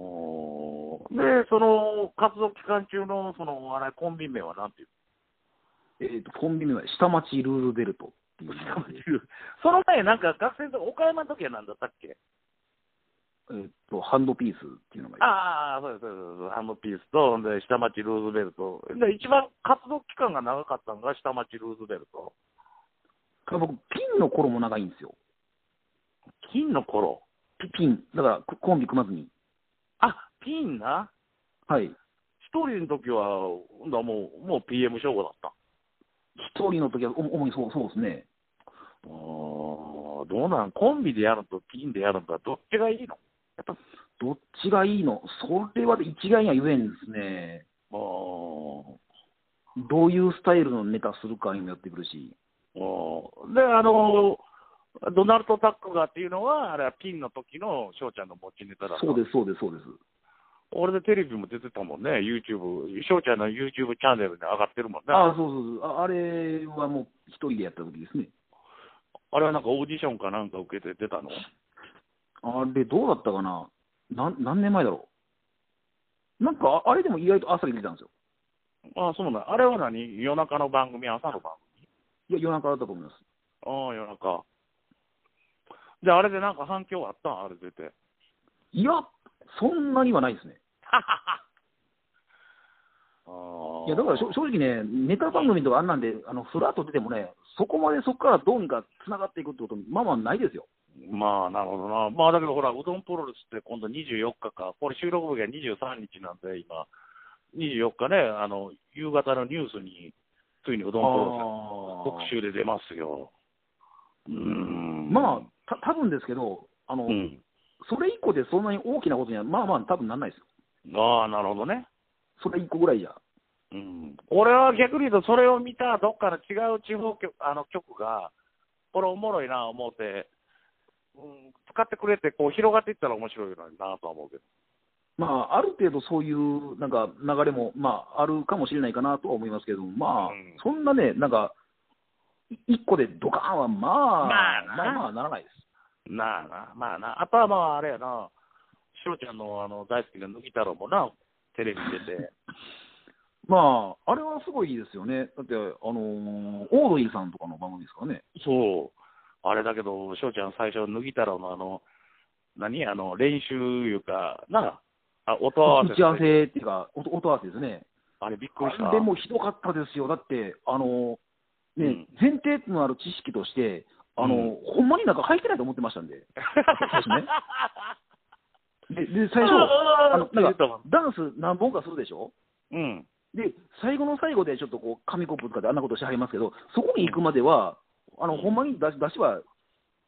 おーで、その活動期間中のそのお笑いコンビ名はなんていうえっ、と、コンビニは下町ルールベルトっていうの名前で、その前、なんか学生の時岡山の時は何だったっけえっ、と、ハンドピースっていうのがああ、そうです、そうです。ハムピースと、で、下町ルーズベルト。で、一番活動期間が長かったのが下町ルーズベルト。僕、ピンの頃も長いんですよ。金の頃。ピピン。だから、ココンビ組まずに。あ、ピンな。はい。一人の時は、ほんだらもう、もう PM 称号だった。一人の時は、お主にそうそうですね。あーどうなんコンビでやるのとピンでやるのか、どっちがいいのどっちがいいのそれは一概には言えんですね。あどういうスタイルのネタするかにもやってくるし。ーあーで、あの、ドナルド・タックがっていうのは、あれはピンの時の翔ちゃんの持ちネタだった。そうです、そうです、そうです。俺でテレビも出てたもんね、YouTube、翔ちゃんの YouTube チャンネルに上がってるもんね。ああ、そうそうそう。ああれはもう一人でやった時ですね。あれはなんかオーディションかなんか受けて出たのあれ、どうだったかななん何年前だろうなんか、ああれでも意外と朝に出たんですよ。ああ、そうなん。あれは何夜中の番組、朝の番いや、夜中だったと思います。組。ああ、夜中。で、あれでなんか反響あったんあれ出て。 いや、そんなにはないですね。ああ。いやだからしょ正直ね、ネタ番組とかあんなんで、あのふらっと出てもね、そこまでそこからどうにかつながっていくってこと、まあまあないですよ。まあ、なるほどな。まあ、だけどほら、うどんプロレスって今度24日か。これ収録日が23日なんで、今。24日ね、あの、夕方のニュースに、ついにうどんプロレス特集で出ますよ。うーん。まあ、た多分ですけど、あの、うん。それ以降でそんなに大きなことには、まあまあ、多分なんないですよ。ああ、なるほどね。それ一個ぐらいじゃ。うん俺は逆に言うと、それを見たどっかの違う地方局あの局が、これおもろいな思って、うん、使ってくれて、こう広がっていったら面白いのになとは思うけど。まあ、ある程度そういうなんか流れも、まあ、あるかもしれないかなとは思いますけど、まあ、うんそんなね、なんか、い一個でドカーンは、まあ、まあなまあまあならないです。なあな、まあな。あとはまああれやな、しろちゃんのあの大好きな脱ぎ太郎もな、テレビ出て。まあ、あれはすごいですよね。だって、あのーオードリーさんとかの番組ですからね。そう。あれだけど、しろちゃん最初脱ぎ太郎のあの、何あの、練習いうか、なあ、あ音合わせ。打ち合わせっていうか、音音合わせですね。あれびっくりした。あれでもひどかったですよ、だって、あのねうん前提のある知識として、あのうんほんまになんか入ってないと思ってましたんで、初ねでで最初、ああののなんかダンス何本かするでしょ、うん。で、最後の最後でちょっとこう紙コップとかであんなことしてはりますけど、そこに行くまでは、あのほんまに出し出しは、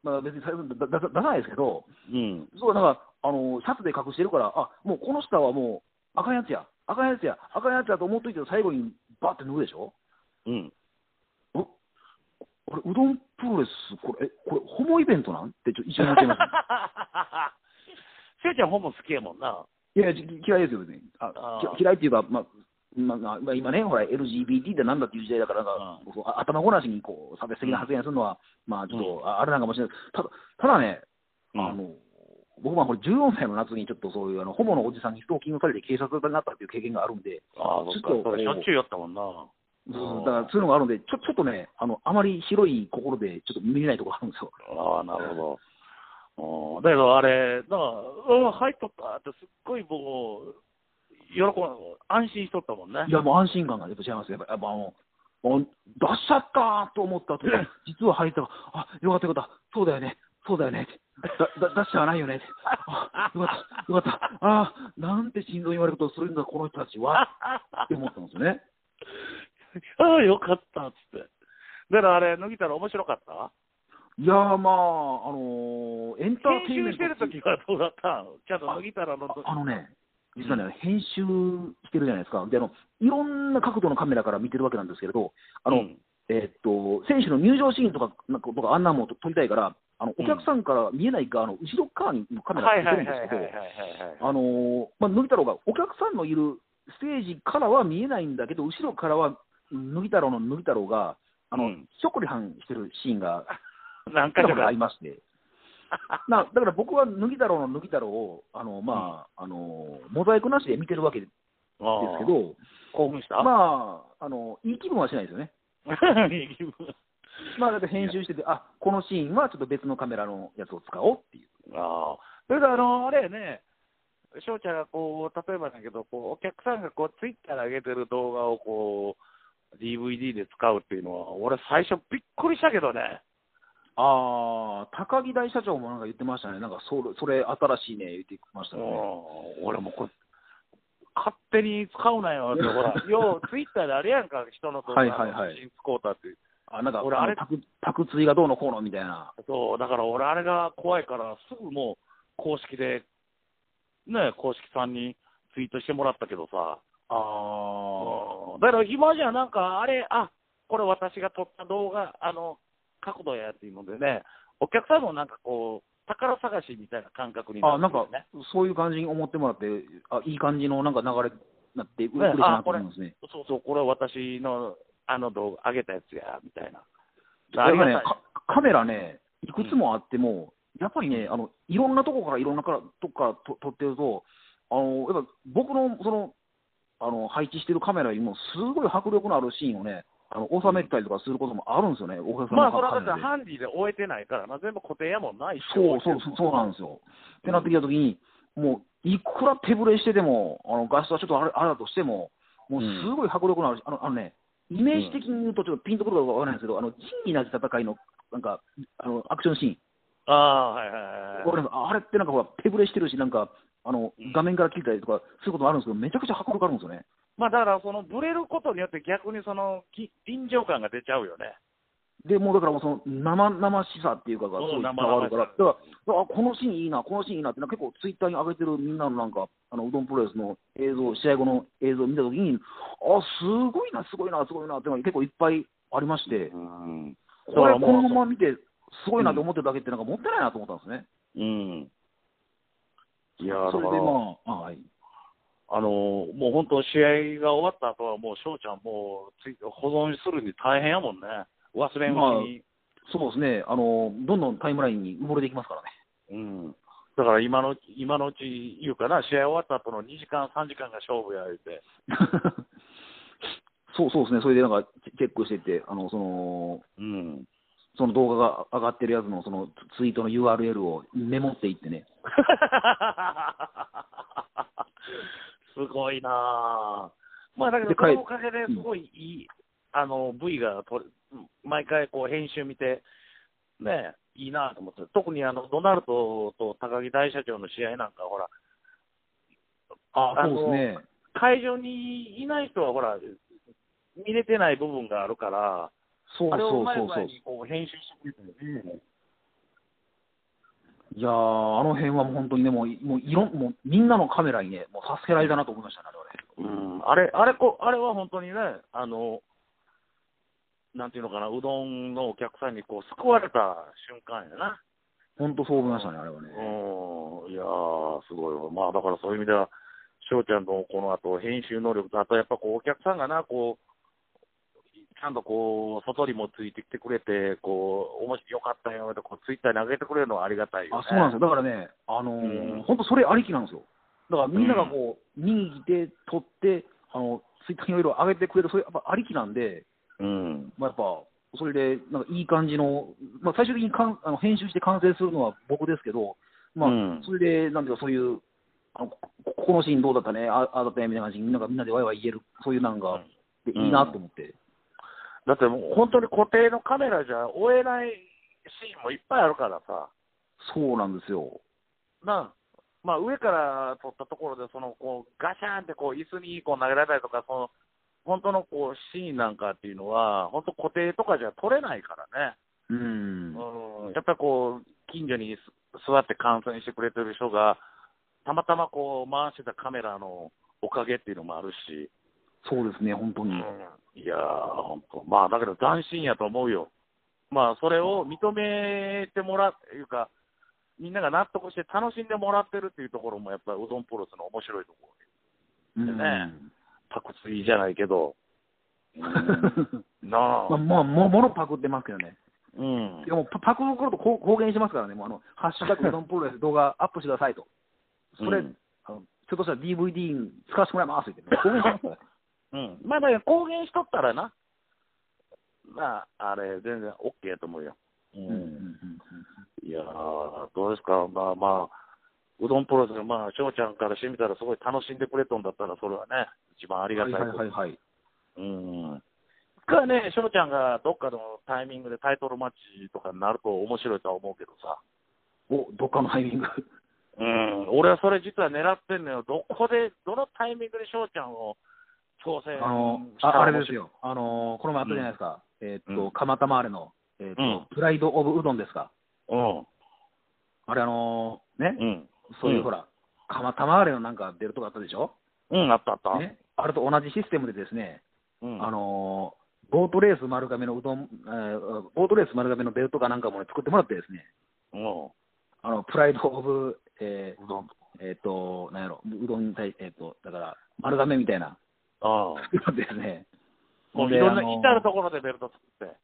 まあ、別に最後に出出出さないですけど、うん。そうだからあのシャツで隠してるから、あもうこの人はもう、赤いやつや、赤いやつや、赤いやつやと思っといて、最後にバって脱ぐでしょ、うん。うこれ、うどんプロレス、これ、えこれ、ホモイベントなんってちょっと一緒に思っちゃいました。 せいちゃん本も好きやもんな。いやいや、じ嫌いですよ、別に。ああーき嫌いっていうか、まあ、まあまあ、今ね、ほら、LGBT ってなんだっていう時代だからなんか、そうあ頭ごなしにこう差別的な発言するのは、まあ、ちょっと、ああれなんかもしれないただただね、あの僕はこれ14歳の夏に、ちょっとそういうあの、ホモのおじさんにストーキングされて警察になったっていう経験があるんで、ああ、そっかちょっ。とそれしょっちゅうやったもんな。そうだからそういうのがあるんで、ちょちょっとねあの、あまり広い心でちょっと見れないところがあるんですよ。ああ、なるほど。うん、だけどあれ、なあ、うん、入っとったって、すっごい僕、喜ん、安心しとったもんね。いや、もう安心感がやっぱ違いますね。やっぱやっぱあの、あ出しちゃったと思った後、実は入ったら、あ、よかったよかった、そうだよね、そうだよねって、だだ出してはないよねって、あ、よかった、よかった、あー、なんて心臓に言われることをするんだ、この人たちは、って思ったんですよね。ああ、よかったっつって。だからあれ、脱ぎたら面白かったいやー、まあ、あのーエンターテ編インメ集しンてるト時はどうだったのちゃんと脱ぎたらの時。ああのね、実はね、編集してるじゃないですか。で、あの、いろんな角度のカメラから見てるわけなんですけれど、あの、うんえーっと選手の入場シーンとかなんかとかあんなもん撮りたいから、あのうおん客さんから見えない側の後ろ側にカメラはいつけはいてはるいんではいはいすけはいはい。ど、あのーまあ、脱ぎ太郎がお客さんのいるステージからは見えないんだけど、後ろからは脱ぎ太郎の脱ぎ太郎が、あの、うんひょっこりはんしてるシー ンが、何ちかょ所こかあり。まして。なだから僕は脱ぎ太郎の脱ぎ太郎を、あのまああのーモザイクなしで見てるわけですけああ、ど、興奮したまあ、あのいい気分はしないですよね。まあ、だって編集してて、あこのシーンはちょっと別のカメラのやつを使おうっていう。ああ。それであの、あれやね、翔ちゃんがこう、例えばだけど、こう、お客さんがこう、ツイッターで上げてる動画をこう、DVD で使うっていうのは、俺最初びっくりしたけどね。ああ、高木大社長もなんか言ってましたね、なんかそれそれ新しいね、言ってましたうんね。俺もこれ、勝手に使うなよ って、ほら、よう、ツイッターであれやんか、人の動画はいはいはい新使うたって。あなんか、俺あのあれパクパクツイがどうのこうのみたいな。そう、だから俺あれが怖いから、すぐもう、公式で、ね、公式さんにツイートしてもらったけどさ。あうんだから今じゃなんか、あれ、あこれ私が撮った動画、あの角度やっていうのでね、お客さんもなんかこう、宝探しみたいな感覚になあっなんてかるね、そういう感じに思ってもらって、あいい感じのなんか流れになって、うねれしいあなとこれ思いますね。そうそう、これ私のあの動画、上げたやつや、みたいな。だからねかカメラね、いくつもあっても、やっぱりねあの、いろんなとこからいろんなからとこからと撮ってると、あのやっぱ僕のそのあの配置してるカメラよりも、すごい迫力のあるシーンをね、あの収めたりとかすることもあるんですよね、お客さんまあ、のそれはだっカメてラで。ハンディで終えてないからな、全部固定やもんないそうそうそうそうなんですよ。ってなってきたときに、もういくら手ぶれしてても、あの画質はちょっとあれあれだとしても、もうすごい迫力のあるし、あのあのね、イメージ的に言うと、ちょっとピンとくるかわからないんですけど、あの仁義なき戦いのなんかあのアクションシーン。ああ、はいはいはいはい。俺あれってなんかほら、手ぶれしてるし、なんかあのうん画面から切れたりとかすることもあるんですけど、めちゃくちゃ迫力あるんですよね。まあ、だから、その、ブレることによって逆にその、き臨場感が出ちゃうよね。でもうだからもうその生々しさっていうかがすそうごい伝わるから、だ生々からあこのシーンいいな、このシーンいいなって、なんか結構ツイッターに上げてるみんなのなんか、あのうどんプロレスの映像、試合後の映像を見たときに、あすごいな、すごいな、すごいなっていうのが結構いっぱいありまして、うん。これ、このまま見て、すごいなって思ってるだけって、なんかもったいないなと思ったんですね。うん。いやそれでまあ、あはい、あのもう本当、試合が終わった後は、もう翔ちゃん、もうつい保存するに大変やもんね、忘れんうちに、そうですねあの、どんどんタイムラインに埋もれていきますからね。うん、だから今の今のうち言うかな、試合終わった後の2時間、3時間が勝負や言うて、 そうそうですね、それでなんかチェチェックしてって、あのそのうん、 その動画が上がってるやつのそのツツイートの URL をメモっていってね、すごいなぁ、まあだけど、でそかいのおかげですごいいい、あの V がとれ毎回こう編集見て、ね、いいなぁと思って、特にあのドナルドと高木大社長の試合なんか、ほら、ああのそうですね、会場にいない人はほら、見れてない部分があるから、そうあれをそううまいそう具合そう。にこう編集してくれたよね。いやー、あの辺はもう本当にね、もういもういろんもうみんなのカメラにね、もう助けられたなと思いましたね、あれはね。うん、あれ、あれこ、あれは本当にね、あの、なんていうのかな、うどんのお客さんにこう救われた瞬間やな。本当そう思いましたね、あれはね。うん、いやー、すごいわ。まあ、だからそういう意味では、翔ちゃんのこの後、編集能力と、あとやっぱこう、お客さんがな、こう、ちゃんとこう、外にもついてきてくれて、こう、面白かったよとこう、ツイッターに上げてくれるのはありがたいよ、あね。そうなんですよ、だからね、あのうんー本当、それありきなんですよ。だからみんながこう、握って、取って、あのツイッターにいろいろ上げてくれる、それやっぱありきなんで、うん。まあ、やっぱ、それで、なんかいい感じの、まあ、最終的にかんあの編集して完成するのは僕ですけど、まあうん、それで、なんていうか、そういう、あのこここのシーンどうだったね、あああだったねみたいな感じに、みんながみんなでわいわい言える、そういうなんか、でうんいいなと思って、だってもう、本当に固定のカメラじゃ追えないシーンもいっぱいあるからさ。そうなんですよ。なあまあ、上から撮ったところで、そのこうガシャーンってこう椅子にこう投げられたりとか、その本当のこうシーンなんかっていうのは、本当、固定とかじゃ撮れないからね、うん、うん、やっぱりこう近所にす座って観戦してくれてる人が、たまたまこう回してたカメラのおかげっていうのもあるし、そうですね、本当うに。いやー、本当、まあ、だけど斬新やと思うよ、まあ、それを認めてもらういうか、みんなが納得して楽しんでもらってるっていうところも、やっぱりうどんプロレスの面白いところ、うんねパクツイじゃないけ ど、うんなまあ、あ、もうももろパクってますけどね。うんで、もパパクることこう公言してますからね、もうあのハッシュ タグうどんプロレス動画アップしてくださいと、それ、うんあのちょっとしたら DVD に使わせてもらいますって言って、公言してますからねうん、まあ、だから公言しとったらな、まあ、あれ、全然 OK やと思うよ。ううんうんうんんうんいやー、どうですか、まあまあ、うどんプロレスが、まあ、翔ちゃんからしてみたら、すごい楽しんでくれとんだったら、それはね、一番ありがたいこはと。いはいはいはい、うん。かね、翔ちゃんがどっかのタイミングでタイトルマッチとかになると面白いとは思うけどさ。おどっかのタイミング、うん。俺はそれ実は狙ってんのよ。どこで、どのタイミングで翔ちゃんを挑戦あのしたらああれ面です白いよ、あのこの前あったじゃないですか、えーっうとん蒲田マーレの、えーっとうんプライド・オブ・うどんですか、あれ、あのね、うん。うん。そういううんほら、蒲田マーレのなんか出るとこあったでしょ、うん、あったあった。ね、あれと同じシステムでですね、うん。あのーボートレース丸亀のうどん、えーボートレース丸亀のベルトかなんかもね、作ってもらってですね、うあのプライド・オブ、えん。うどん。ーえーと、なんやろ、うどんに対えーと、だから丸亀みたいな、ああ。作ってもらってですね、もういでろんな、あのー至るところでベルト作って。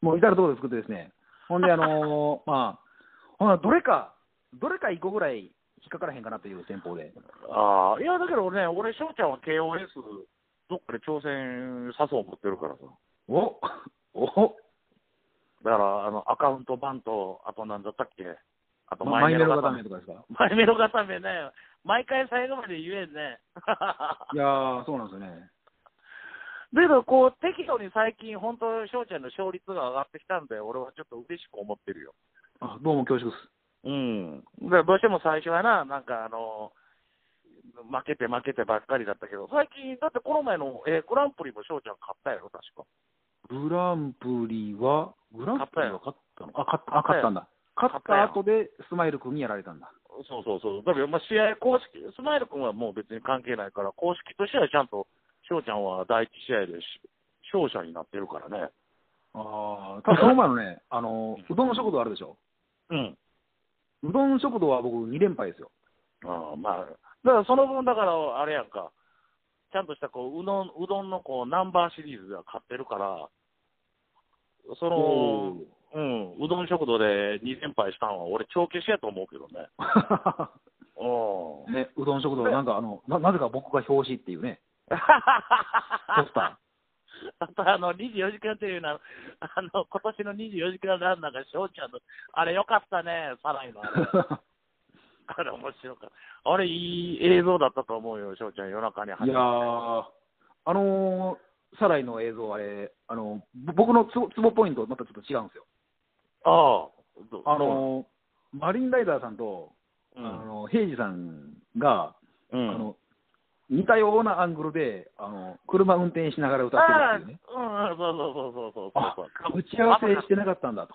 もう至るところで作ってですね、ほんで、あの ーまあ、ほなどれか、どれか一個ぐらい引っかからへんかなという戦法で、ああ。いや、だけどね、俺、翔ちゃんは KOS、どっかで挑戦さそう思ってるからさ。おおだから、あの、アカウント版と、あとなんだったっけあと、ママイイメメロロがダ固メめ。とかですか。マイメロ固めね、毎回最後まで言えんね。いやー、そうなんですよね。だけど、こう、適度に最近、本当、翔ちゃんの勝率が上がってきたんで、俺はちょっと嬉しく思ってるよ。あどうも恐縮です。うん。だからどうしても最初はな、なんかあの、負けて負けてばっかりだったけど、最近、だってこの前の、えーグランプリも翔ちゃん勝ったやろ、確か。グランプリは、グランプリは勝ったのあ、勝った、あ勝ったんだ。勝勝っったよた後で、スマイル君にやられたんだ。そうそうそう。だから、まあ、試合公式、スマイル君はもう別に関係ないから、公式としてはちゃんと、翔ちゃんは第一試合でし勝者になってるからね。ああ、ただその前のね、あの、うどん食堂あるでしょ。うん。うどん食堂は僕2連敗ですよ。ああまあ、だからその分、だから、あれやんか、ちゃんとしたこううどんうどんのこうナンバーシリーズでは買ってるから、そのお、うん、うどん食堂で2連敗したんは、俺、帳消しやと思うけどね。うん ね、うどん食堂、なんかあの、ななぜか僕が表紙っていうね、ポスタあと あの24時間テレビの、あの今年の24時間ランナーが翔ちゃんの、あれよかったね、サライのあれ、ー。あれ面白かった、あれいい映像だったと思うよ、翔ちゃん、夜中に走いるやー、あのー、サライの映像、あれ、あの、ぼ僕のツボツボポイント、またちょっと違うんですよ。ああ、どあのー、マリンライダーさんと、うんあの、平治さんが、うんあの、似たようなアングルで、あの車運転しながら歌ってああ、るっていうね。うんうん、そうそうそうそうそうあそう。打ち合わせしてなかったんだと。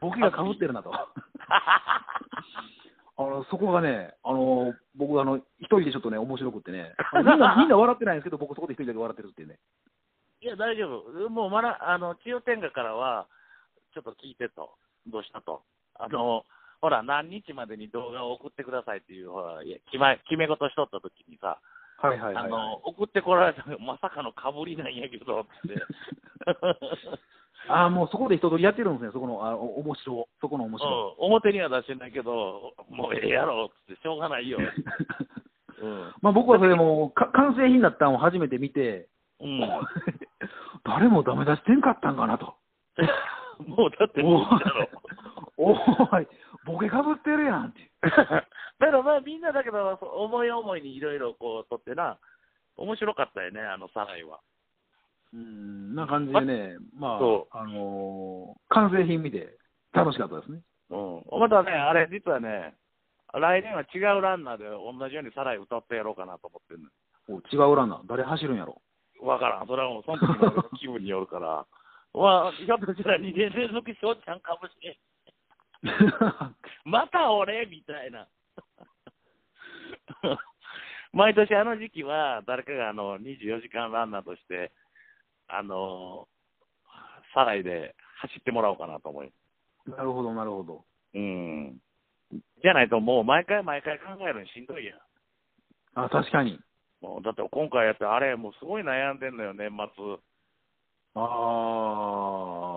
僕がか ぶってるなと。あのそこがね、あの僕あの、一人でちょっとね、面白くってね、あのみん なみんな笑ってないんですけど、僕、そこで一人だけ笑ってるっていうね、いや、大丈夫。もう、まだ、あの、千代天下からは、ちょっと聞いてと。どうしたと。あの、ほら、何日までに動画を送ってくださいっていう、ほら、いや決ま決め事しとった時にさ、はいはいあはい、の、送ってこられたのまさかのかぶりなんやけど、って。ああ、もうそこで一通りやってるんですね、そこのあお面白を、そこ の面う白ん、を。表には出してないけど、もうええやろ、つって、しょうが ないよ。うん。まあ僕はそれもうか完成品だったのを初めて見て、うん。 誰もダメ出してんかったんかなと。もう、だって、おもいうだろ。 おい、ボケかぶってるやんって。 だからまあみんなだけど、そう思い思いにいろいろこう撮ってな、面白かったよね、あのサライは。うんな感じでね、まあ、そあのー完成品見て楽しかったですね。うん。またね、あれ、実はね、来年は違うランナーで同じようにサライ歌ってやろうかなと思ってるお違うランナー、誰走るん やろ。わからん、それはもうその時の気分によるから。 まあ、ひょっとしたら2年連続翔ちゃんかもしれん。また俺みたいな。 毎年あの時期は、誰かがあの24時間ランナーとして、あのサライで走ってもらおうかなと思いなるほど、なるほど。うん。じゃないと、もう毎回毎回考えるのしんどいやん。あ、確かに。もうだって今回やって、あれ、もうすごい悩んでんのよ、年末。あ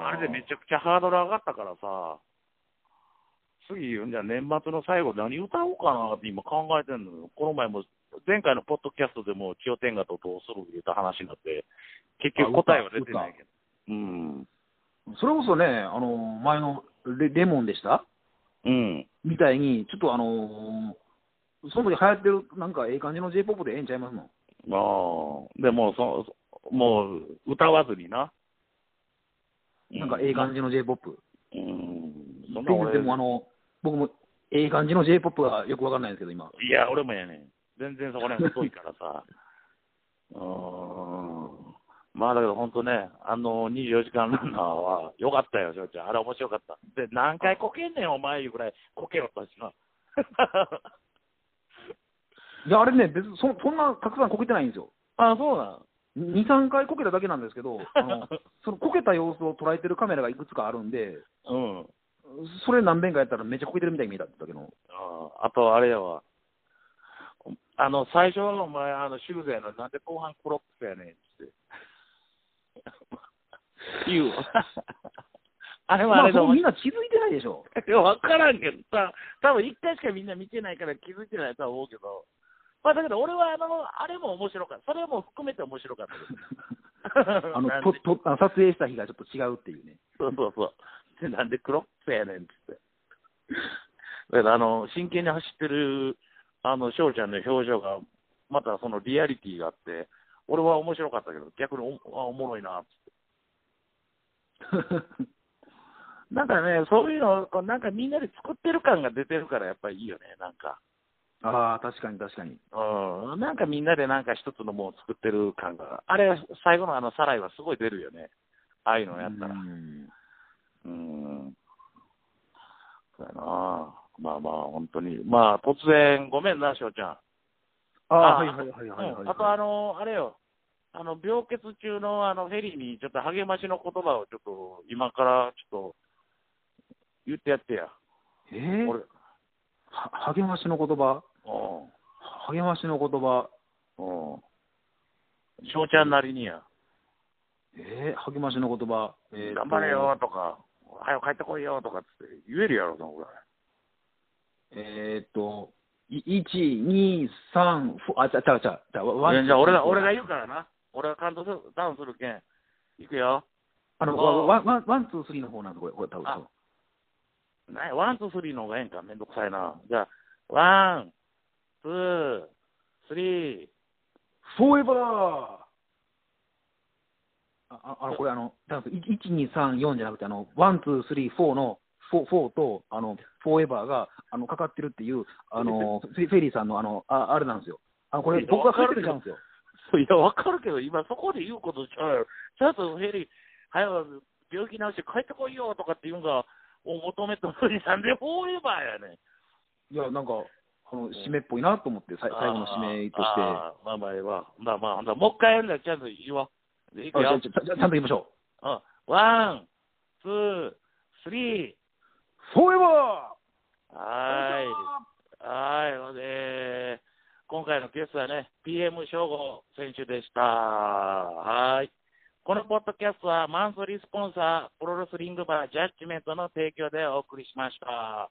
あ。あれでめちゃくちゃハードル上がったからさ、次、じゃあ年末の最後、何歌おうかなって今考えてんのよ。この前も、前回のポッドキャストでも、千代天下とどうする言った話になって、結局答えは出てないけど。うん。それこそね、あのー前のレレモンでしたうん。みたいに、ちょっとあのーその時流行ってる、なんかええ感じの J-POP でええんちゃいますのまあ、でもそ、そもう、歌わずにな。なんかええ感じ。じの J-POP。うん。そんな全然で俺、もあの、僕もええ感じの J-POP はよくわかんないんですけど、今。いや、俺もやねん。全然そこら辺太いからさ。 うーん。まあだけど本当ね、あの24時間ランナーは良かったよ、翔ちゃん。あれ面白かった。で、何回こけんねん、お前いうぐらいこけよったしな。いや、あれね、別にそそんなたくさんこけてないんですよ。 あ、そうなん。 2、3回こけただけなんですけ ど、あのそのこけた様子を捉えてるカメラがいくつかあるんで、うん。それ何遍かやったらめっちゃこけてるみたいに見えたんだけど、ああと、あれやわ。あの、最初はお前、あの、修正の、なんで後半クロックスやねんって。言うわ。 あれはあまあ、れでそ面白いこみんな気づいてないでしょ。いや、 わからんけどさ、多分一回しかみんな見てないから気づいてないとは思うけど、まあだけど俺はあの、あれも面白かった。それも含めて面白かったけど。 あのなんでととあの撮影した日がちょっと違うっていうね。そうそうそう。でなんでクロップやねんっつって。だからあの、真剣に走ってる、あの、翔ちゃんの表情が、またそのリアリティがあって、俺は面白かったけど、逆におあおもろいなっつって。なんかね、そういうのをこう、なんかみんなで作ってる感が出てるから、やっぱりいいよね、なんか。ああ、確かに確かに。うん、なんかみんなでなんか一つのものを作ってる感が、あれ、最後のあのサライはすごい出るよね、ああいうのやったら。うんうん、そうやな、まあまあ、本当に、まあ、突然、ごめんな、翔ちゃん。ああ、あはいはいはいはい、はういんあと、あの、あれよ、あの病欠中のあのフェリーに、ちょっと励ましの言葉を、ちょっと今からちょっと言ってやってや、えー俺、は励ましの言葉、励ましの言葉、うん、うん、翔ちゃんなりにや。えー、励ましの言葉、えーと頑張れよ、とか、早く帰ってこいよとかって言えるやろな、俺。えーっと、い1、2、3、4、あ、ちゃちゃちゃちゃ、ワいやじゃあ俺が、ツー俺が言うからな。俺が感動する、ダウンするけん。いくよ。あの、あーワン、ワン、ワン、ツー、スリーの方なんです、これ、これ、多分あなワン、ツー、スリーの方がええんか。めんどくさいな。じゃあ、ワン、ツー、スリー。フォーエバーあああの、これ、あの、多分1、2、3、4じゃなくて、あの、ワン、ツー、スリー、フォーの、フォーフォーと、あの、フォーエバーが、あの、かかってるっていう、あの、フェフェリーさんの、あの、ああれなんですよ。あこれ、いや僕がわか書るいてじたゃんんですよ。いや、わかるけど、今そこで言うことちゃうやろ。ちゃんとヘリ、早く病気治して帰ってこいよとかって言うんが、お求めてるのになんでフォーエバーやねん。いや、なんか、あの締めっぽいなと思って、さい最後の締めとして。ああーまあまあ、ええわ。まあまあ、ほんならもう一回やるんだちゃんと言わ。いくじゃあよち。ゃちゃちゃんと言いましょうんワン、ツー、スリー。う。そういえばはーい。はーい。ほんで、今回のゲストはね、PM 省吾選手でした。はーい。このポッドキャストはマンスリースポンサー、プロレスリングバージャッジメントの提供でお送りしました。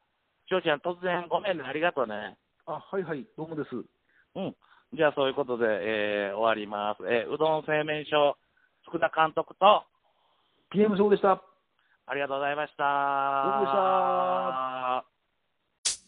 翔ちゃん、突然ごめんね。ありがとうね。あ、はいはい、どうもです。うん。じゃあ、そういうことで、えー終わります。えーうどん製麺所、福田監督と、 PM 賞でした。ありがとうございました。うもでした